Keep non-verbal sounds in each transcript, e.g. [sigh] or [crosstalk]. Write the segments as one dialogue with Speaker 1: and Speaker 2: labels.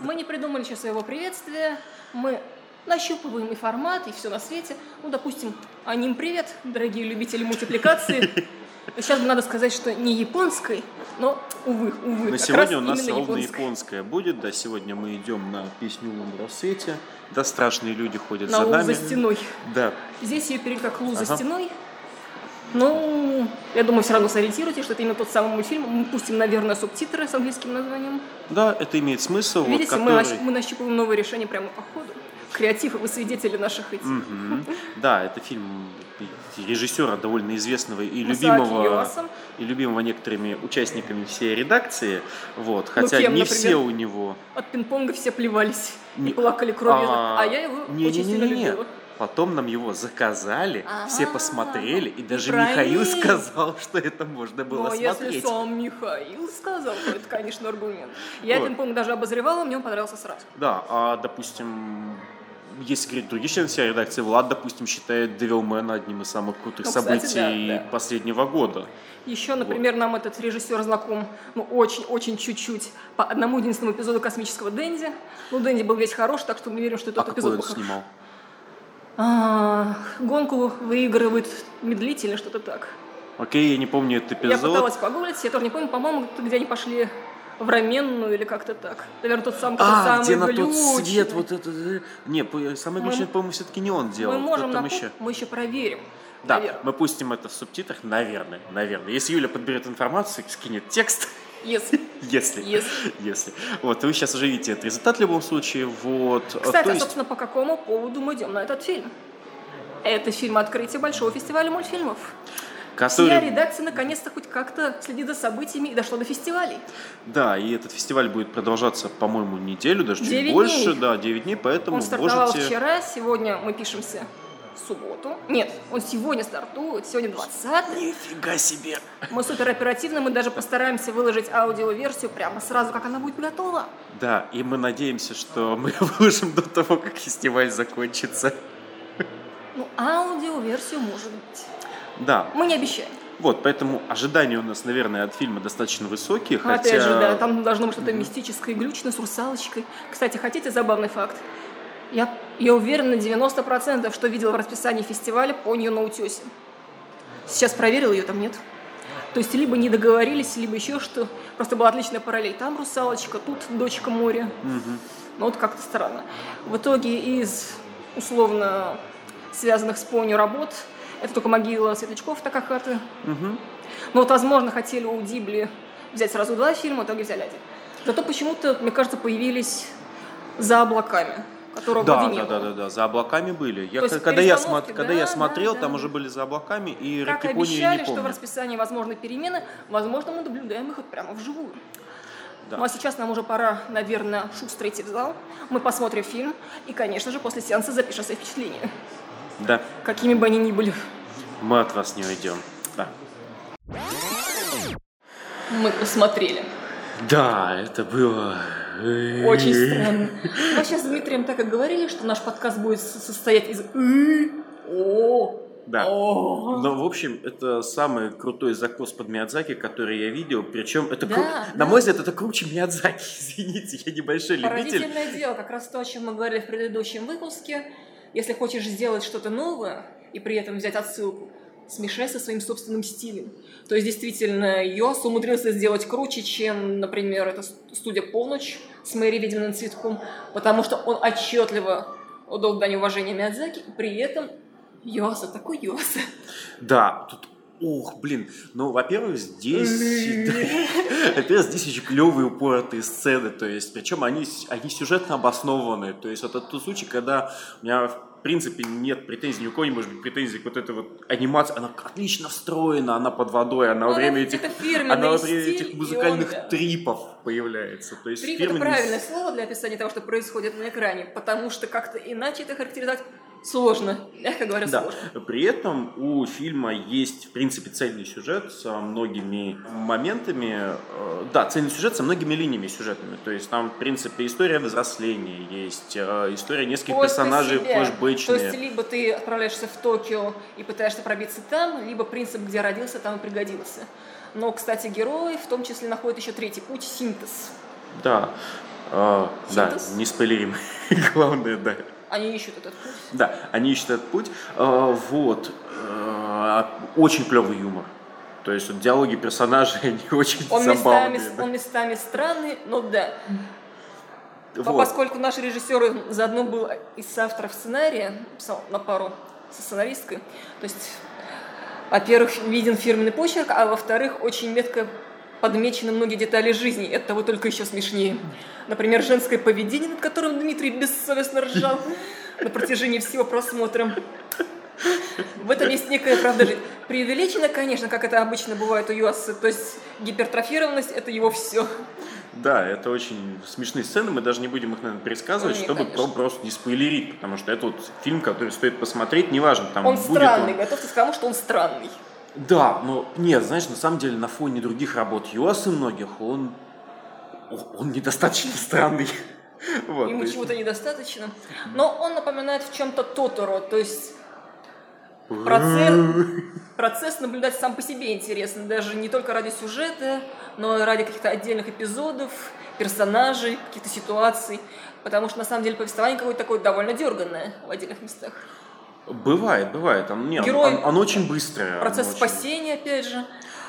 Speaker 1: Мы не придумали еще своего приветствия, мы нащупываем и формат, и все на свете. Ну, допустим, а ним привет, дорогие любители мультипликации. [laughs] Сейчас бы надо сказать, что не японской, но, увы, увы.
Speaker 2: На
Speaker 1: как раз
Speaker 2: сегодня у нас
Speaker 1: именно
Speaker 2: ровно
Speaker 1: японской.
Speaker 2: японская будет. Да, сегодня мы идем на песню в рассвете. Да, страшные люди ходят
Speaker 1: На
Speaker 2: за
Speaker 1: лу
Speaker 2: нами.
Speaker 1: за стеной.
Speaker 2: Да,
Speaker 1: Здесь ее перед как лу за
Speaker 2: Ага.
Speaker 1: стеной. Ну, я думаю, все равно сориентируйте, что это именно тот самый мультфильм. Мы пустим, наверное, субтитры с английским названием.
Speaker 2: да, это имеет смысл.
Speaker 1: Видите,
Speaker 2: вот
Speaker 1: мы,
Speaker 2: который...
Speaker 1: нащ- мы нащупываем новые решения прямо по ходу. Креатив, вы свидетели наших этих.
Speaker 2: Мгм. Да, это фильм режиссера довольно известного и
Speaker 1: Масааки
Speaker 2: любимого,
Speaker 1: Юаса.
Speaker 2: и любимого некоторыми участниками всей редакции. Вот, хотя
Speaker 1: Ну, кем,
Speaker 2: не
Speaker 1: например?
Speaker 2: все у него.
Speaker 1: От пинг-понга все плевались
Speaker 2: Не-
Speaker 1: и плакали кровью.
Speaker 2: А,
Speaker 1: А, я его
Speaker 2: не-
Speaker 1: очень
Speaker 2: не- не-
Speaker 1: сильно
Speaker 2: не.
Speaker 1: любила.
Speaker 2: Потом нам его заказали, все
Speaker 1: А,
Speaker 2: посмотрели, и даже
Speaker 1: правильно.
Speaker 2: Михаил сказал, что это можно было
Speaker 1: Но Ну, если
Speaker 2: смотреть.
Speaker 1: сам Михаил сказал, то это, конечно, аргумент. Я
Speaker 2: Вот.
Speaker 1: пинг-понг даже обозревала, мне он понравился сразу.
Speaker 2: Да, а, допустим, если говорить другие члены всей редакции, Влад, допустим, считает Девилмена одним из самых крутых
Speaker 1: Ну, кстати,
Speaker 2: событий
Speaker 1: да, да.
Speaker 2: последнего года.
Speaker 1: Еще, например, нам этот режиссер знаком, ну, очень-очень чуть-чуть, по одному единственному эпизоду «Космического Дэнди». Ну, Дэнди был весь хорош, так что мы верим, что
Speaker 2: А
Speaker 1: тот
Speaker 2: какой
Speaker 1: эпизод
Speaker 2: он
Speaker 1: был хорош.
Speaker 2: снимал?
Speaker 1: А, гонку выигрывает медлительно, что-то так.
Speaker 2: Окей, я не помню этот
Speaker 1: Я
Speaker 2: эпизод.
Speaker 1: пыталась погуглить, я тоже не помню, по-моему, где они пошли в раменную или как-то так. Наверное, тот самый, который
Speaker 2: А,
Speaker 1: самый
Speaker 2: где на тот
Speaker 1: глючный.
Speaker 2: свет, вот это... э, Не, по- самый
Speaker 1: Мы-
Speaker 2: глючный, по-моему, все-таки не он делал.
Speaker 1: Мы
Speaker 2: Кто
Speaker 1: можем,
Speaker 2: там
Speaker 1: напом-
Speaker 2: еще?
Speaker 1: мы еще проверим.
Speaker 2: Да,
Speaker 1: наверное.
Speaker 2: мы пустим это в субтитрах, наверное, наверное. Если Юля подберет информацию, скинет текст, [laughs]
Speaker 1: Yes.
Speaker 2: если,
Speaker 1: Yes.
Speaker 2: [laughs] если. Вот, вы сейчас уже видите этот результат в любом случае, вот. А,
Speaker 1: Кстати,
Speaker 2: то
Speaker 1: а,
Speaker 2: есть-
Speaker 1: собственно, по какому поводу мы идем на этот фильм? Это фильм открытия Большого фестиваля мультфильмов. Вся
Speaker 2: который,
Speaker 1: редакция наконец-то хоть как-то следит за событиями и дошла до фестивалей.
Speaker 2: да, и этот фестиваль будет продолжаться, по-моему, неделю, даже чуть
Speaker 1: Девять
Speaker 2: больше,
Speaker 1: дней.
Speaker 2: да, 9 дней, поэтому
Speaker 1: Он стартовал
Speaker 2: можете...
Speaker 1: вчера, сегодня мы пишемся в субботу. Нет, он сегодня стартует, сегодня 20
Speaker 2: Нифига себе!
Speaker 1: Мы супер оперативно, мы даже постараемся выложить аудиоверсию прямо сразу, как она будет готова.
Speaker 2: Да, и мы надеемся, что [laughs] мы выложим до того, как фестиваль закончится.
Speaker 1: Ну, аудиоверсию может быть.
Speaker 2: Да,
Speaker 1: Мы не обещаем.
Speaker 2: Вот, поэтому ожидания у нас, наверное, от фильма достаточно высокие, хотя...
Speaker 1: Ну, Опять же, да, там должно быть что-то мистическое и глючно с русалочкой. Кстати, хотите забавный факт? Я, я уверена на 90%, что видела в расписании фестиваля Понью на утесе. Сейчас проверила, ее там нет. То есть либо не договорились, либо еще что. Просто была отличная параллель. Там русалочка, тут дочка моря.
Speaker 2: Мгм.
Speaker 1: Ну вот как-то странно. В итоге из условно связанных с Понью работ это только могила Светлячков Такахаты.
Speaker 2: Мгм.
Speaker 1: Ну вот, возможно, хотели у Дибли взять сразу два фильма, в итоге взяли один. Зато почему-то, мне кажется, появились за облаками, которого
Speaker 2: Да,
Speaker 1: не
Speaker 2: да, да,
Speaker 1: было.
Speaker 2: да, да, за облаками были. Я,
Speaker 1: То есть
Speaker 2: к- когда, я
Speaker 1: перестановки,
Speaker 2: смо- когда я
Speaker 1: да,
Speaker 2: смотрел,
Speaker 1: да,
Speaker 2: там
Speaker 1: да.
Speaker 2: уже были за облаками, и
Speaker 1: Как и
Speaker 2: Ракипони я
Speaker 1: обещали,
Speaker 2: не
Speaker 1: что в
Speaker 2: помню.
Speaker 1: расписании возможны перемены, возможно, мы наблюдаем их вот прямо вживую.
Speaker 2: Да.
Speaker 1: Ну а сейчас нам уже пора, наверное, шустро идти в зал. Мы посмотрим фильм и, конечно же, после сеанса запишем свои впечатления,
Speaker 2: Да,
Speaker 1: какими бы они ни были.
Speaker 2: мы от вас не уйдем. Да.
Speaker 1: Мы посмотрели.
Speaker 2: да, это было...
Speaker 1: Очень странно. Мы сейчас с Дмитрием так и говорили, что наш подкаст будет со- состоять из «ы», «о»,
Speaker 2: Да.
Speaker 1: «о».
Speaker 2: Но, в общем, это самый крутой закос под Миядзаки, который я видел. Причем это,
Speaker 1: Да,
Speaker 2: кру-
Speaker 1: да.
Speaker 2: на мой взгляд, это круче Миядзаки. [laughs] Извините, я небольшой любитель.
Speaker 1: Поразительное дело, как раз то, о чем мы говорили в предыдущем выпуске. Если хочешь сделать что-то новое и при этом взять отсылку, смешай со своим собственным стилем. То есть, действительно, Йос умудрился сделать круче, чем, например, эта с- студия «Полночь» с Мэри Ведьминым цветком, потому что он отчетливо отдал дань уважения Миядзаки, и при этом Йоса такой Йоса.
Speaker 2: Да, тут Ух, блин, ну, во-первых, здесь, [laughs] во-первых, здесь очень клевые упоротые сцены, то есть, причем они, с- они сюжетно обоснованы, то есть, вот это тот случай, когда у меня, в принципе, нет претензий, ни у кого не может быть претензий к вот этой вот анимации, она отлично встроена, она под водой, она во время этих, она во время этих музыкальных трипов появляется, то есть,
Speaker 1: Трип это
Speaker 2: фирменный
Speaker 1: правильное слово для описания того, что происходит на экране, потому что как-то иначе это характеризовать сложно, мягко говоря,
Speaker 2: Да.
Speaker 1: сложно.
Speaker 2: При этом у фильма есть, в принципе, цельный сюжет со многими моментами. э, Да, цельный сюжет со многими линиями сюжетными. То есть там, в принципе, история взросления есть, э, история нескольких
Speaker 1: Поиск
Speaker 2: персонажей
Speaker 1: себя.
Speaker 2: флешбэчные.
Speaker 1: То есть либо ты отправляешься в Токио и пытаешься пробиться там, либо принцип, где родился, там и пригодился. Но, кстати, герои в том числе находят еще третий путь – синтез.
Speaker 2: Да. А, да,
Speaker 1: Синтез?
Speaker 2: не спойлерим. [laughs] Главное, да.
Speaker 1: Они ищут этот путь.
Speaker 2: Да, они ищут этот путь. А, вот. А, очень клевый юмор. То есть вот диалоги персонажей, [laughs] они очень
Speaker 1: Он местами,
Speaker 2: забавные. да.
Speaker 1: он местами странный, но да. По-
Speaker 2: Вот.
Speaker 1: Поскольку наш режиссер заодно был и соавтором сценария, писал на пару со сценаристкой, то есть, во-первых, виден фирменный почерк, а во-вторых, очень метко подмечены многие детали жизни, это того только еще смешнее. Например, женское поведение, над которым Дмитрий бессовестно ржал на протяжении всего просмотра. В этом есть некая правда жизнь. Преувеличено, конечно, как это обычно бывает у Юасы, то есть гипертрофированность – это его все.
Speaker 2: Да, это очень смешные сцены, мы даже не будем их, наверное, пересказывать,
Speaker 1: Не,
Speaker 2: чтобы
Speaker 1: конечно.
Speaker 2: про- просто не спойлерить, потому что это вот фильм, который стоит посмотреть, неважно, там
Speaker 1: Он
Speaker 2: будет
Speaker 1: странный,
Speaker 2: он-
Speaker 1: готовьтесь к тому, что он странный.
Speaker 2: Да, но нет, знаешь, на самом деле на фоне других работ Юасы многих он, о- он недостаточно странный. [laughs] Вот, то
Speaker 1: Ему
Speaker 2: есть
Speaker 1: чего-то недостаточно. Но он напоминает в чем-то Тоторо, то есть процесс наблюдать сам по себе интересно, даже не только ради сюжета, но и ради каких-то отдельных эпизодов, персонажей, каких-то ситуаций. Потому что на самом деле повествование какое-то такое довольно дерганное в отдельных местах.
Speaker 2: Бывает, бывает. Он, не, он-
Speaker 1: Герой-
Speaker 2: он, он очень быстрый. он
Speaker 1: Процесс
Speaker 2: очень-
Speaker 1: спасения, опять же.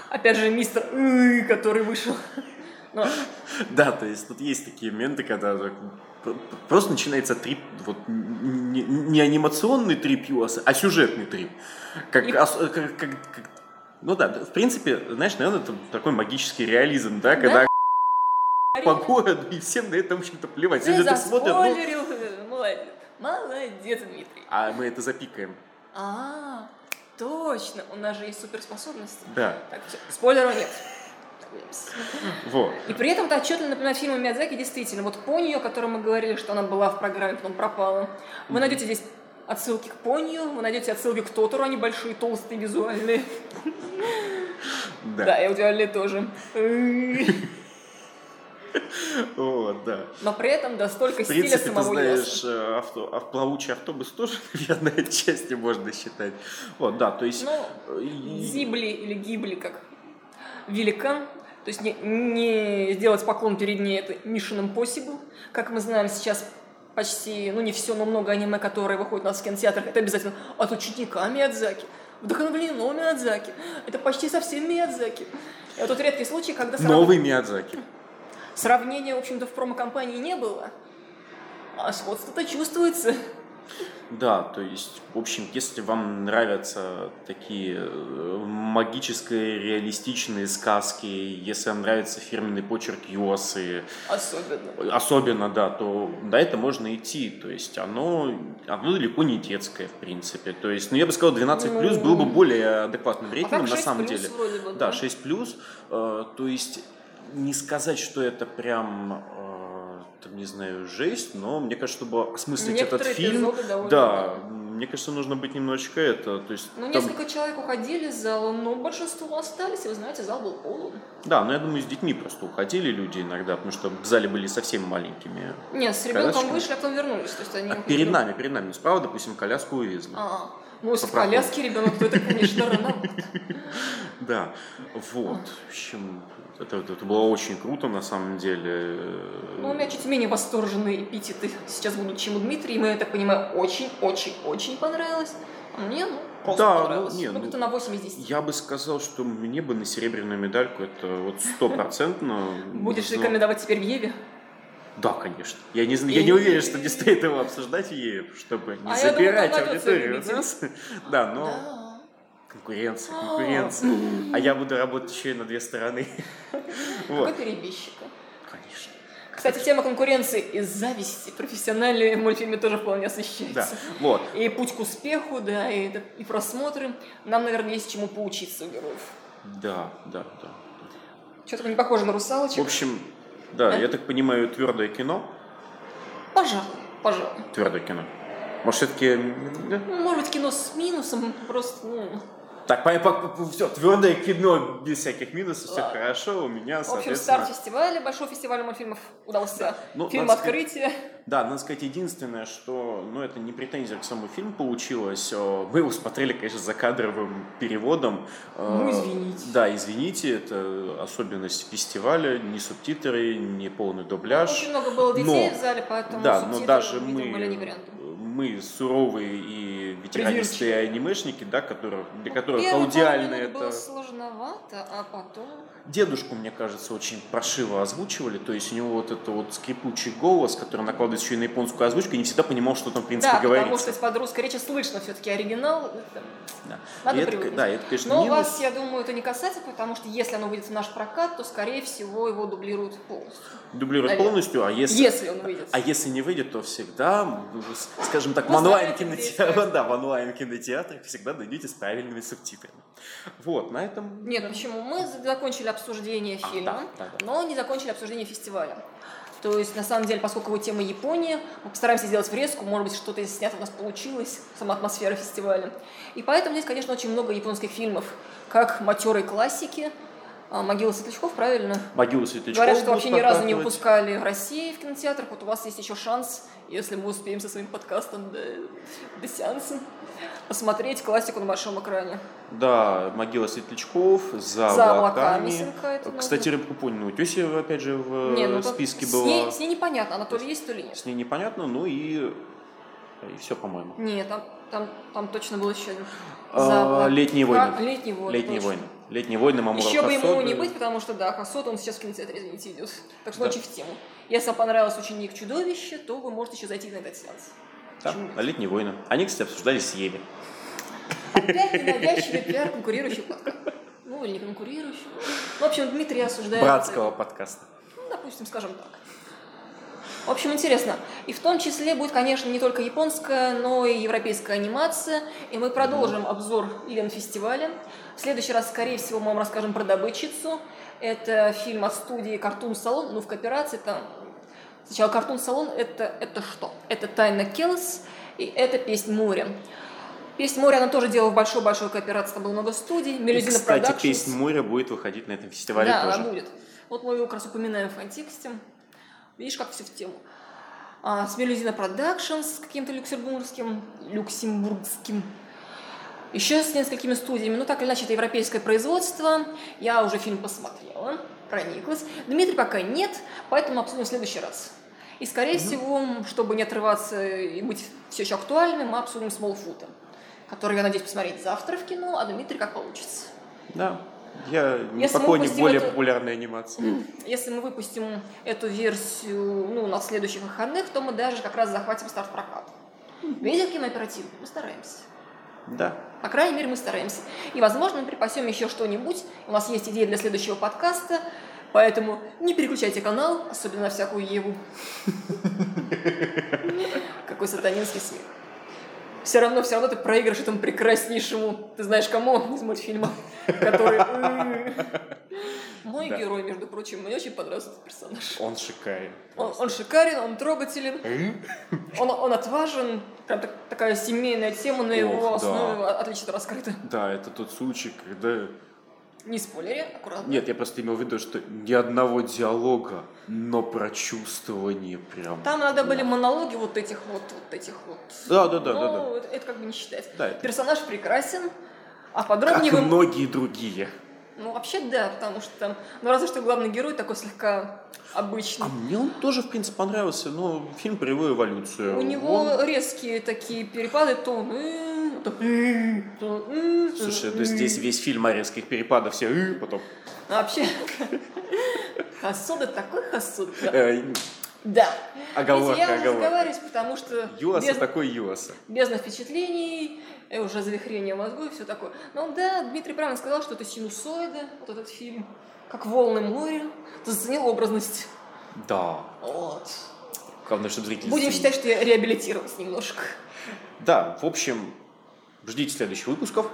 Speaker 1: Опять же, мистер, «Ы», который вышел. Но
Speaker 2: Да, то есть тут есть такие моменты, когда так пр- просто начинается трип, вот н- не, не анимационный трип Юаса, а сюжетный трип. Как,
Speaker 1: И-
Speaker 2: ос- э, как- как- как- ну да, в принципе, знаешь, наверное, это такой магический реализм, да, когда по городу, и всем на это, в общем-то, плевать.
Speaker 1: ты
Speaker 2: Люди так смотрят, ну,
Speaker 1: заспойлерил. Молодец. Молодец, Дмитрий.
Speaker 2: а мы это запикаем.
Speaker 1: А, точно, у нас же есть суперспособности.
Speaker 2: Да,
Speaker 1: Так, всё, спойлеров нет.
Speaker 2: вот.
Speaker 1: И при этом это отчетливо напоминает фильмы Миядзаки, действительно. Вот Поньо, о которой мы говорили, что она была в программе, потом пропала. Вы найдете здесь отсылки к Понью, вы найдете отсылки к Тотору, они большие, толстые, визуальные. Да,
Speaker 2: Да.
Speaker 1: и аудиальные тоже. [laughs]
Speaker 2: Вот, да.
Speaker 1: Но при этом да, столько
Speaker 2: В
Speaker 1: стиля
Speaker 2: принципе, ты
Speaker 1: самого
Speaker 2: знаешь, э, авто, а плавучий автобус тоже, [laughs] наверное, отчасти можно считать. Вот, да, то есть...
Speaker 1: Ну,
Speaker 2: э, и-
Speaker 1: Зибли или Гибли, как великан. То есть не, не сделать поклон перед ней это Mission Impossible. Как мы знаем сейчас почти, ну не все, но много аниме, которые выходят у нас в кинотеатрах, это обязательно от ученика Миядзаки. Вдохновлено Миядзаки. Это почти совсем Миядзаки. И вот тут редкий случай, когда срав-
Speaker 2: Новый Миядзаки.
Speaker 1: сравнения, в общем-то, в промо-компании не было. А сходство-то чувствуется.
Speaker 2: Да, то есть, в общем, если вам нравятся такие э, магические, реалистичные сказки, если вам нравится фирменный почерк Юасы,
Speaker 1: Особенно.
Speaker 2: особенно, да, то на это можно идти. То есть оно, оно далеко не детское, в принципе. То есть, ну, я бы сказал, 12 плюс было бы более адекватным
Speaker 1: а
Speaker 2: рейтингом
Speaker 1: как
Speaker 2: на
Speaker 1: 6
Speaker 2: самом
Speaker 1: плюс
Speaker 2: деле.
Speaker 1: вроде бы,
Speaker 2: Да, 6 плюс. Э, То есть не сказать, что это прям э, там, не знаю, жесть, но мне кажется, чтобы осмыслить этот
Speaker 1: Ну, Некоторые
Speaker 2: фильм,
Speaker 1: эпизоды довольно
Speaker 2: да, мне кажется, нужно быть немножечко это, то есть,
Speaker 1: Ну,
Speaker 2: там-
Speaker 1: несколько человек уходили из зала, но большинство остались, и вы знаете, зал был полон.
Speaker 2: да, но я думаю, с детьми просто уходили люди иногда, потому что в зале были совсем маленькими.
Speaker 1: Нет, с ребенком
Speaker 2: Колясочка?
Speaker 1: вышли, а потом вернулись. То есть они
Speaker 2: А
Speaker 1: уходили.
Speaker 2: перед нами, перед нами, ну, справа, допустим, коляску увезли.
Speaker 1: А, ну, если в
Speaker 2: По проходу.
Speaker 1: коляске ребенок, то это, конечно, рано.
Speaker 2: Да, вот, в общем, это, это было очень круто на самом деле.
Speaker 1: Но Ну, у меня чуть менее восторженные эпитеты сейчас будут, чем у Дмитрия. Ему, я так понимаю, очень-очень-очень понравилось. А мне, ну, просто
Speaker 2: Да, ну,
Speaker 1: понравилось.
Speaker 2: не,
Speaker 1: ну,
Speaker 2: ну,
Speaker 1: то на 8 из 10.
Speaker 2: Я бы сказал, что мне бы на серебряную медальку это вот стопроцентно.
Speaker 1: [laughs] Будешь
Speaker 2: Ну,
Speaker 1: рекомендовать теперь в Еве?
Speaker 2: Да, конечно. Я не, зн- я не уверен, что не стоит его обсуждать в Еве, чтобы не
Speaker 1: А я думаю,
Speaker 2: забирать
Speaker 1: там найдется
Speaker 2: аудиторию у
Speaker 1: любитель.
Speaker 2: нас. [laughs] Да, но
Speaker 1: Да.
Speaker 2: конкуренция,
Speaker 1: А.
Speaker 2: конкуренция. А я буду работать еще и на две стороны. [laughs]
Speaker 1: Какой
Speaker 2: Вот.
Speaker 1: перебежчика.
Speaker 2: Конечно.
Speaker 1: Кстати, тема конкуренции и зависти профессиональные в мультфильме тоже вполне освещается.
Speaker 2: Да, вот.
Speaker 1: И путь к успеху, да, и, это- и просмотры. Нам, наверное, есть чему поучиться у героев.
Speaker 2: Да, да, да.
Speaker 1: Что-то мы не похоже на
Speaker 2: В
Speaker 1: русалочек.
Speaker 2: общем, да,
Speaker 1: Э?
Speaker 2: я так понимаю, твердое кино.
Speaker 1: Пожалуй, пожалуй.
Speaker 2: Твердое кино. Может, все-таки...
Speaker 1: Ну, Может быть, кино с минусом, просто, ну,
Speaker 2: Так, все, твердое кино без всяких минусов, все
Speaker 1: Ладно.
Speaker 2: хорошо, у меня,
Speaker 1: В общем,
Speaker 2: соответственно...
Speaker 1: старт фестиваля, большого фестиваля мультфильмов удался.
Speaker 2: Ну,
Speaker 1: Фильм
Speaker 2: надо сказать-
Speaker 1: открытия.
Speaker 2: Да, надо сказать, единственное, что, ну, это не претензия к самому фильму получилось. Э, Мы его смотрели, конечно, за кадровым переводом. Э,
Speaker 1: Ну, извините.
Speaker 2: Да, извините, это особенность фестиваля, ни субтитры, ни полный дубляж.
Speaker 1: Очень много было детей
Speaker 2: но-
Speaker 1: в зале, поэтому
Speaker 2: да, но
Speaker 1: субтитры,
Speaker 2: даже
Speaker 1: видимо,
Speaker 2: мы,
Speaker 1: были не вариантом.
Speaker 2: мы суровые и ветеранисты и анимешники, да, которых, для
Speaker 1: Ну,
Speaker 2: которых
Speaker 1: первые пару
Speaker 2: аудиально
Speaker 1: минут
Speaker 2: это...
Speaker 1: было сложновато, а потом...
Speaker 2: Дедушку, мне кажется, очень прошиво озвучивали, то есть у него вот этот вот скрипучий голос, который накладывается еще и на японскую озвучку, и не всегда понимал, что там, в принципе,
Speaker 1: Да,
Speaker 2: говорится.
Speaker 1: потому что из-под русской речи слышно все-таки оригинал. это-
Speaker 2: Да.
Speaker 1: Надо
Speaker 2: И это,
Speaker 1: привыкнуть.
Speaker 2: да, это, конечно,
Speaker 1: Но
Speaker 2: минус.
Speaker 1: вас, я думаю, это не касается, потому что если оно выйдет в наш прокат, то, скорее всего, его дублируют полностью.
Speaker 2: Дублируют
Speaker 1: наверное.
Speaker 2: полностью, а если,
Speaker 1: Если он выйдет.
Speaker 2: а если не выйдет, то всегда, ну, с- скажем так, в
Speaker 1: Ну,
Speaker 2: онлайн
Speaker 1: знаете, где
Speaker 2: кинотеатрах, [laughs] да, в онлайн кинотеатрах всегда найдете с правильными субтитрами. Вот, на этом.
Speaker 1: Нет, почему? Мы за- закончили обсуждение
Speaker 2: А,
Speaker 1: фильма,
Speaker 2: да, да, да.
Speaker 1: но не закончили обсуждение фестиваля. То есть, на самом деле, поскольку его тема Япония, мы постараемся сделать врезку, может быть, что-то из снято у нас получилось, сама атмосфера фестиваля. И поэтому здесь, конечно, очень много японских фильмов, как матерой классики, а, «Могила светлячков», правильно?
Speaker 2: Могилу Светлячков
Speaker 1: Говорят, что
Speaker 2: будут
Speaker 1: вообще ни разу не
Speaker 2: прокатывать.
Speaker 1: выпускали в России в кинотеатрах. Вот у вас есть еще шанс, если мы успеем со своим подкастом до, до сеанса, посмотреть классику на большом экране.
Speaker 2: Да, могила Светлячков, за,
Speaker 1: За облаками
Speaker 2: облаками.
Speaker 1: Сенка это
Speaker 2: Кстати, рыбку понял, тетя опять же в
Speaker 1: Не, ну
Speaker 2: э,
Speaker 1: тут
Speaker 2: списке
Speaker 1: с
Speaker 2: была.
Speaker 1: Ней, с ней непонятно, она то ли есть, то ли нет.
Speaker 2: С ней непонятно, ну и, и все, по-моему.
Speaker 1: Нет, там, там, там точно был еще один.
Speaker 2: А,
Speaker 1: За облаками.
Speaker 2: «Летние войны».
Speaker 1: Как? Летние войны.
Speaker 2: Летние
Speaker 1: точно.
Speaker 2: войны. Летние войны Мамура
Speaker 1: Еще бы ему
Speaker 2: Хасоды.
Speaker 1: не быть, потому что, да, Хасот, он сейчас в кинотеатре, извините, идет. Так что
Speaker 2: Да.
Speaker 1: очень в тему. Если вам понравился «Ученик чудовище», то вы можете еще зайти на этот сеанс.
Speaker 2: Да,
Speaker 1: Почему нет?
Speaker 2: а летние войны. Они, кстати, обсуждали с Еве.
Speaker 1: Опять ненавязчивый пиар конкурирующий подкаст. Ну, или не конкурирующий. В общем, Дмитрий осуждает...
Speaker 2: Братского подкаста.
Speaker 1: Ну, допустим, скажем так. В общем, интересно. И в том числе будет, конечно, не только японская, но и европейская анимация. И мы продолжим обзор Ленфестиваля. В следующий раз, скорее всего, мы вам расскажем про «Добытчицу». Это фильм от студии «Картун Салон», ну, в кооперации там. Сначала «Картун Салон» — это, это что? Это «Тайна Келс» и это «Песнь моря». «Песнь моря» она тоже делала в большой-большой кооперации, там было много студий.
Speaker 2: И,
Speaker 1: «Мелюзина
Speaker 2: кстати,
Speaker 1: Productions.
Speaker 2: песня моря будет выходить на этом фестивале
Speaker 1: Да,
Speaker 2: тоже.
Speaker 1: она будет. Вот мы его как раз упоминаем в контексте. Видишь, как все в тему. А, с Мелюзина Продакшн, с каким-то люксембургским, люксембургским. Еще с несколькими студиями. Ну, так или иначе, это европейское производство. Я уже фильм посмотрела, прониклась. Дмитрий пока нет, поэтому обсудим в следующий раз. И, скорее всего, чтобы не отрываться и быть все еще актуальным, мы обсудим Смолфута, который, я надеюсь, посмотреть завтра в кино, а Дмитрий как получится.
Speaker 2: Да. Я не
Speaker 1: Если мы
Speaker 2: поклонник
Speaker 1: упустим
Speaker 2: более
Speaker 1: эту-
Speaker 2: популярной анимации.
Speaker 1: [laughs] Если мы выпустим эту версию ну, на следующих выходных, то мы даже как раз захватим старт проката. Видите, каким оперативно? Мы стараемся.
Speaker 2: Да.
Speaker 1: По крайней мере, мы стараемся. И, возможно, мы припасем еще что-нибудь. У нас есть идеи для следующего подкаста, поэтому не переключайте канал, особенно на всякую Еву.
Speaker 2: [laughs]
Speaker 1: Какой сатанинский смех. Все равно, все равно ты проиграешь этому прекраснейшему, ты знаешь кому, из мультфильма,
Speaker 2: [laughs]
Speaker 1: который... Мой
Speaker 2: Да.
Speaker 1: герой, между прочим, мне очень понравился этот персонаж.
Speaker 2: Он шикарен.
Speaker 1: Он, он шикарен, он трогателен, он, он отважен. Прям так- такая семейная тема на его
Speaker 2: Ох, да.
Speaker 1: основе отлично раскрыта.
Speaker 2: Да, это тот случай, когда...
Speaker 1: Не спойлери, аккуратно.
Speaker 2: Нет, я просто имел в виду, что ни одного диалога, но прочувствование прям...
Speaker 1: Там иногда были Ну, монологи вот этих вот, вот этих вот.
Speaker 2: Да, да, да,
Speaker 1: Но
Speaker 2: да, да.
Speaker 1: Это, это как бы не считается.
Speaker 2: Да, это-
Speaker 1: Персонаж прекрасен, а
Speaker 2: Как
Speaker 1: подробнее
Speaker 2: и
Speaker 1: вы...
Speaker 2: многие другие.
Speaker 1: Ну, вообще, да, потому что там... Ну, разве что главный герой такой слегка обычный.
Speaker 2: А мне он тоже, в принципе, понравился, но фильм про его эволюцию.
Speaker 1: У него э,
Speaker 2: Он-
Speaker 1: резкие такие перепады, то он... «э», то «э», то «э», то
Speaker 2: Слушай,
Speaker 1: «э».
Speaker 2: да здесь весь фильм о резких перепадах, все «э», потом...
Speaker 1: А Вообще... [laughs] Хасуда такой хасуд. да.
Speaker 2: э,
Speaker 1: Да. Видите,
Speaker 2: Оговорка,
Speaker 1: я уже
Speaker 2: оговорка. а
Speaker 1: разговариваюсь, потому что...
Speaker 2: Юаса
Speaker 1: без-
Speaker 2: такой Юаса.
Speaker 1: бездна впечатлений, э, уже завихрение мозгу и все такое. Но да, Дмитрий правильно сказал, что это синусоиды, вот этот фильм, как волны моря. Ты заценил образность.
Speaker 2: Да.
Speaker 1: Вот.
Speaker 2: Главное, чтобы зрители...
Speaker 1: Будем
Speaker 2: заценили.
Speaker 1: считать, что я реабилитировалась немножко.
Speaker 2: Да, в общем, ждите следующих выпусков.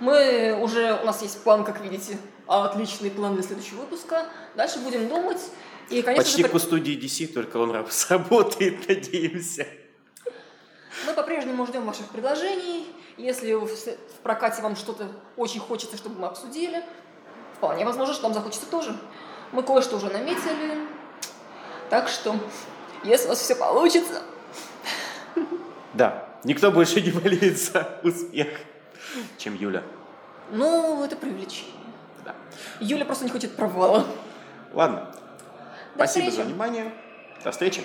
Speaker 1: Мы уже, у нас есть план, как видите, отличный план для следующего выпуска. Дальше будем думать. И, конечно
Speaker 2: Почти
Speaker 1: же,
Speaker 2: как у студии DC, только он раб- сработает, [laughs] надеемся.
Speaker 1: мы по-прежнему ждем ваших предложений. Если в, в прокате вам что-то очень хочется, чтобы мы обсудили, вполне возможно, что нам захочется тоже. Мы кое-что уже наметили. Так что, если у вас все получится,
Speaker 2: Да, никто больше не болеет за [laughs] успех, чем Юля.
Speaker 1: ну, это привлечение.
Speaker 2: Да.
Speaker 1: Юля просто не хочет провала.
Speaker 2: Ладно,
Speaker 1: До
Speaker 2: спасибо
Speaker 1: встречи.
Speaker 2: за внимание. До встречи.